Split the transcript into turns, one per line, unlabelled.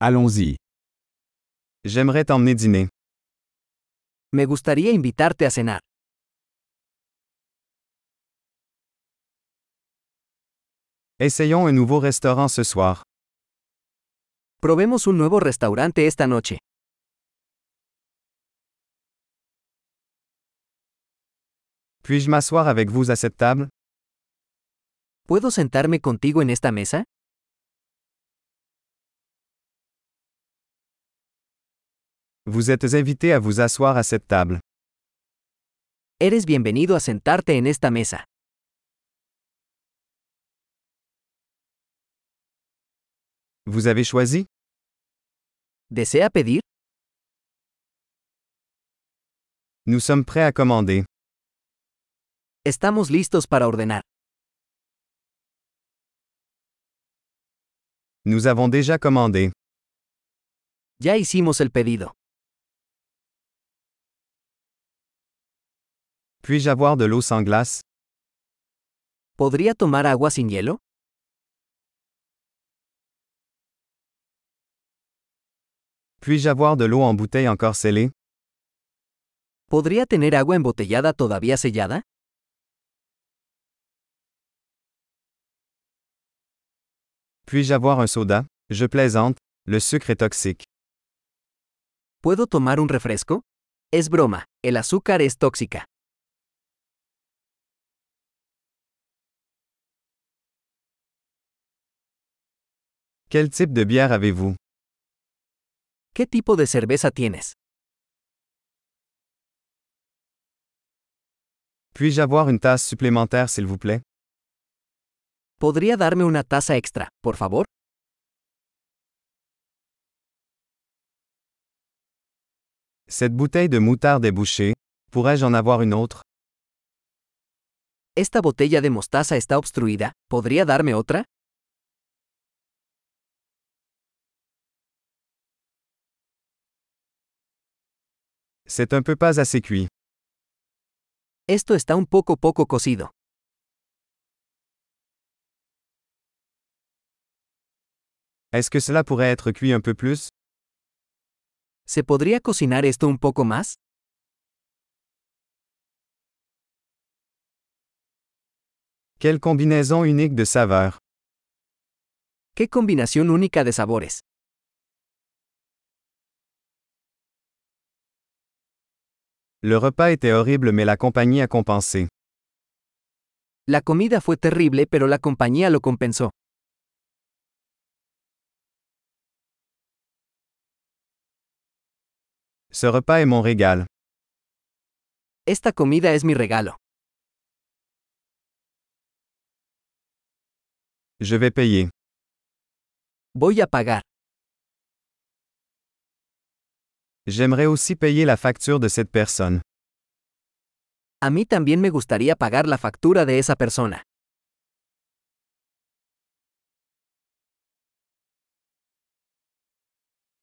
Allons-y. J'aimerais t'emmener dîner.
Me gustaría invitarte a cenar.
Essayons un nouveau restaurant ce soir.
Probemos un nuevo restaurante esta noche.
Puis-je m'asseoir avec vous à cette table?
¿Puedo sentarme contigo en esta mesa?
Vous êtes invité à vous asseoir à cette table.
Eres bienvenido a sentarte en esta mesa.
Vous avez choisi?
¿Desea pedir?
Nous sommes prêts à commander.
Estamos listos para ordenar.
Nous avons déjà commandé.
Ya hicimos el pedido.
Puis-je avoir de l'eau sans glace?
¿Podría tomar agua sin hielo?
Puis-je avoir de l'eau en bouteille encore scellée?
¿Podría tener agua embotellada todavía sellada?
Puis-je avoir un soda? Je plaisante, le sucre est toxique.
¿Puedo tomar un refresco? Es broma, el azúcar es tóxica.
Quel type de bière avez-vous?
¿Qué tipo de cerveza tienes?
Puis-je avoir une tasse supplémentaire s'il vous plaît?
¿Podría darme una taza extra, por favor?
Cette bouteille de moutarde est bouchée. Pourrais-je en avoir une autre?
Esta botella de mostaza está obstruida. ¿Podría darme otra?
C'est un peu pas assez cuit.
Esto está un poco poco cocido.
Est-ce que cela pourrait être cuit un peu plus?
¿Se podría cocinar esto un poco más?
Quelle combinaison unique de saveurs.
¡Qué combinación única de sabores!
Le repas était horrible mais la compagnie a compensé.
La comida fue terrible pero la compañía lo compensó.
Ce repas est mon régal.
Esta comida es mi regalo.
Je vais payer.
Voy a pagar.
J'aimerais aussi payer la facture de cette personne.
A mí también me gustaría pagar la factura de esa persona.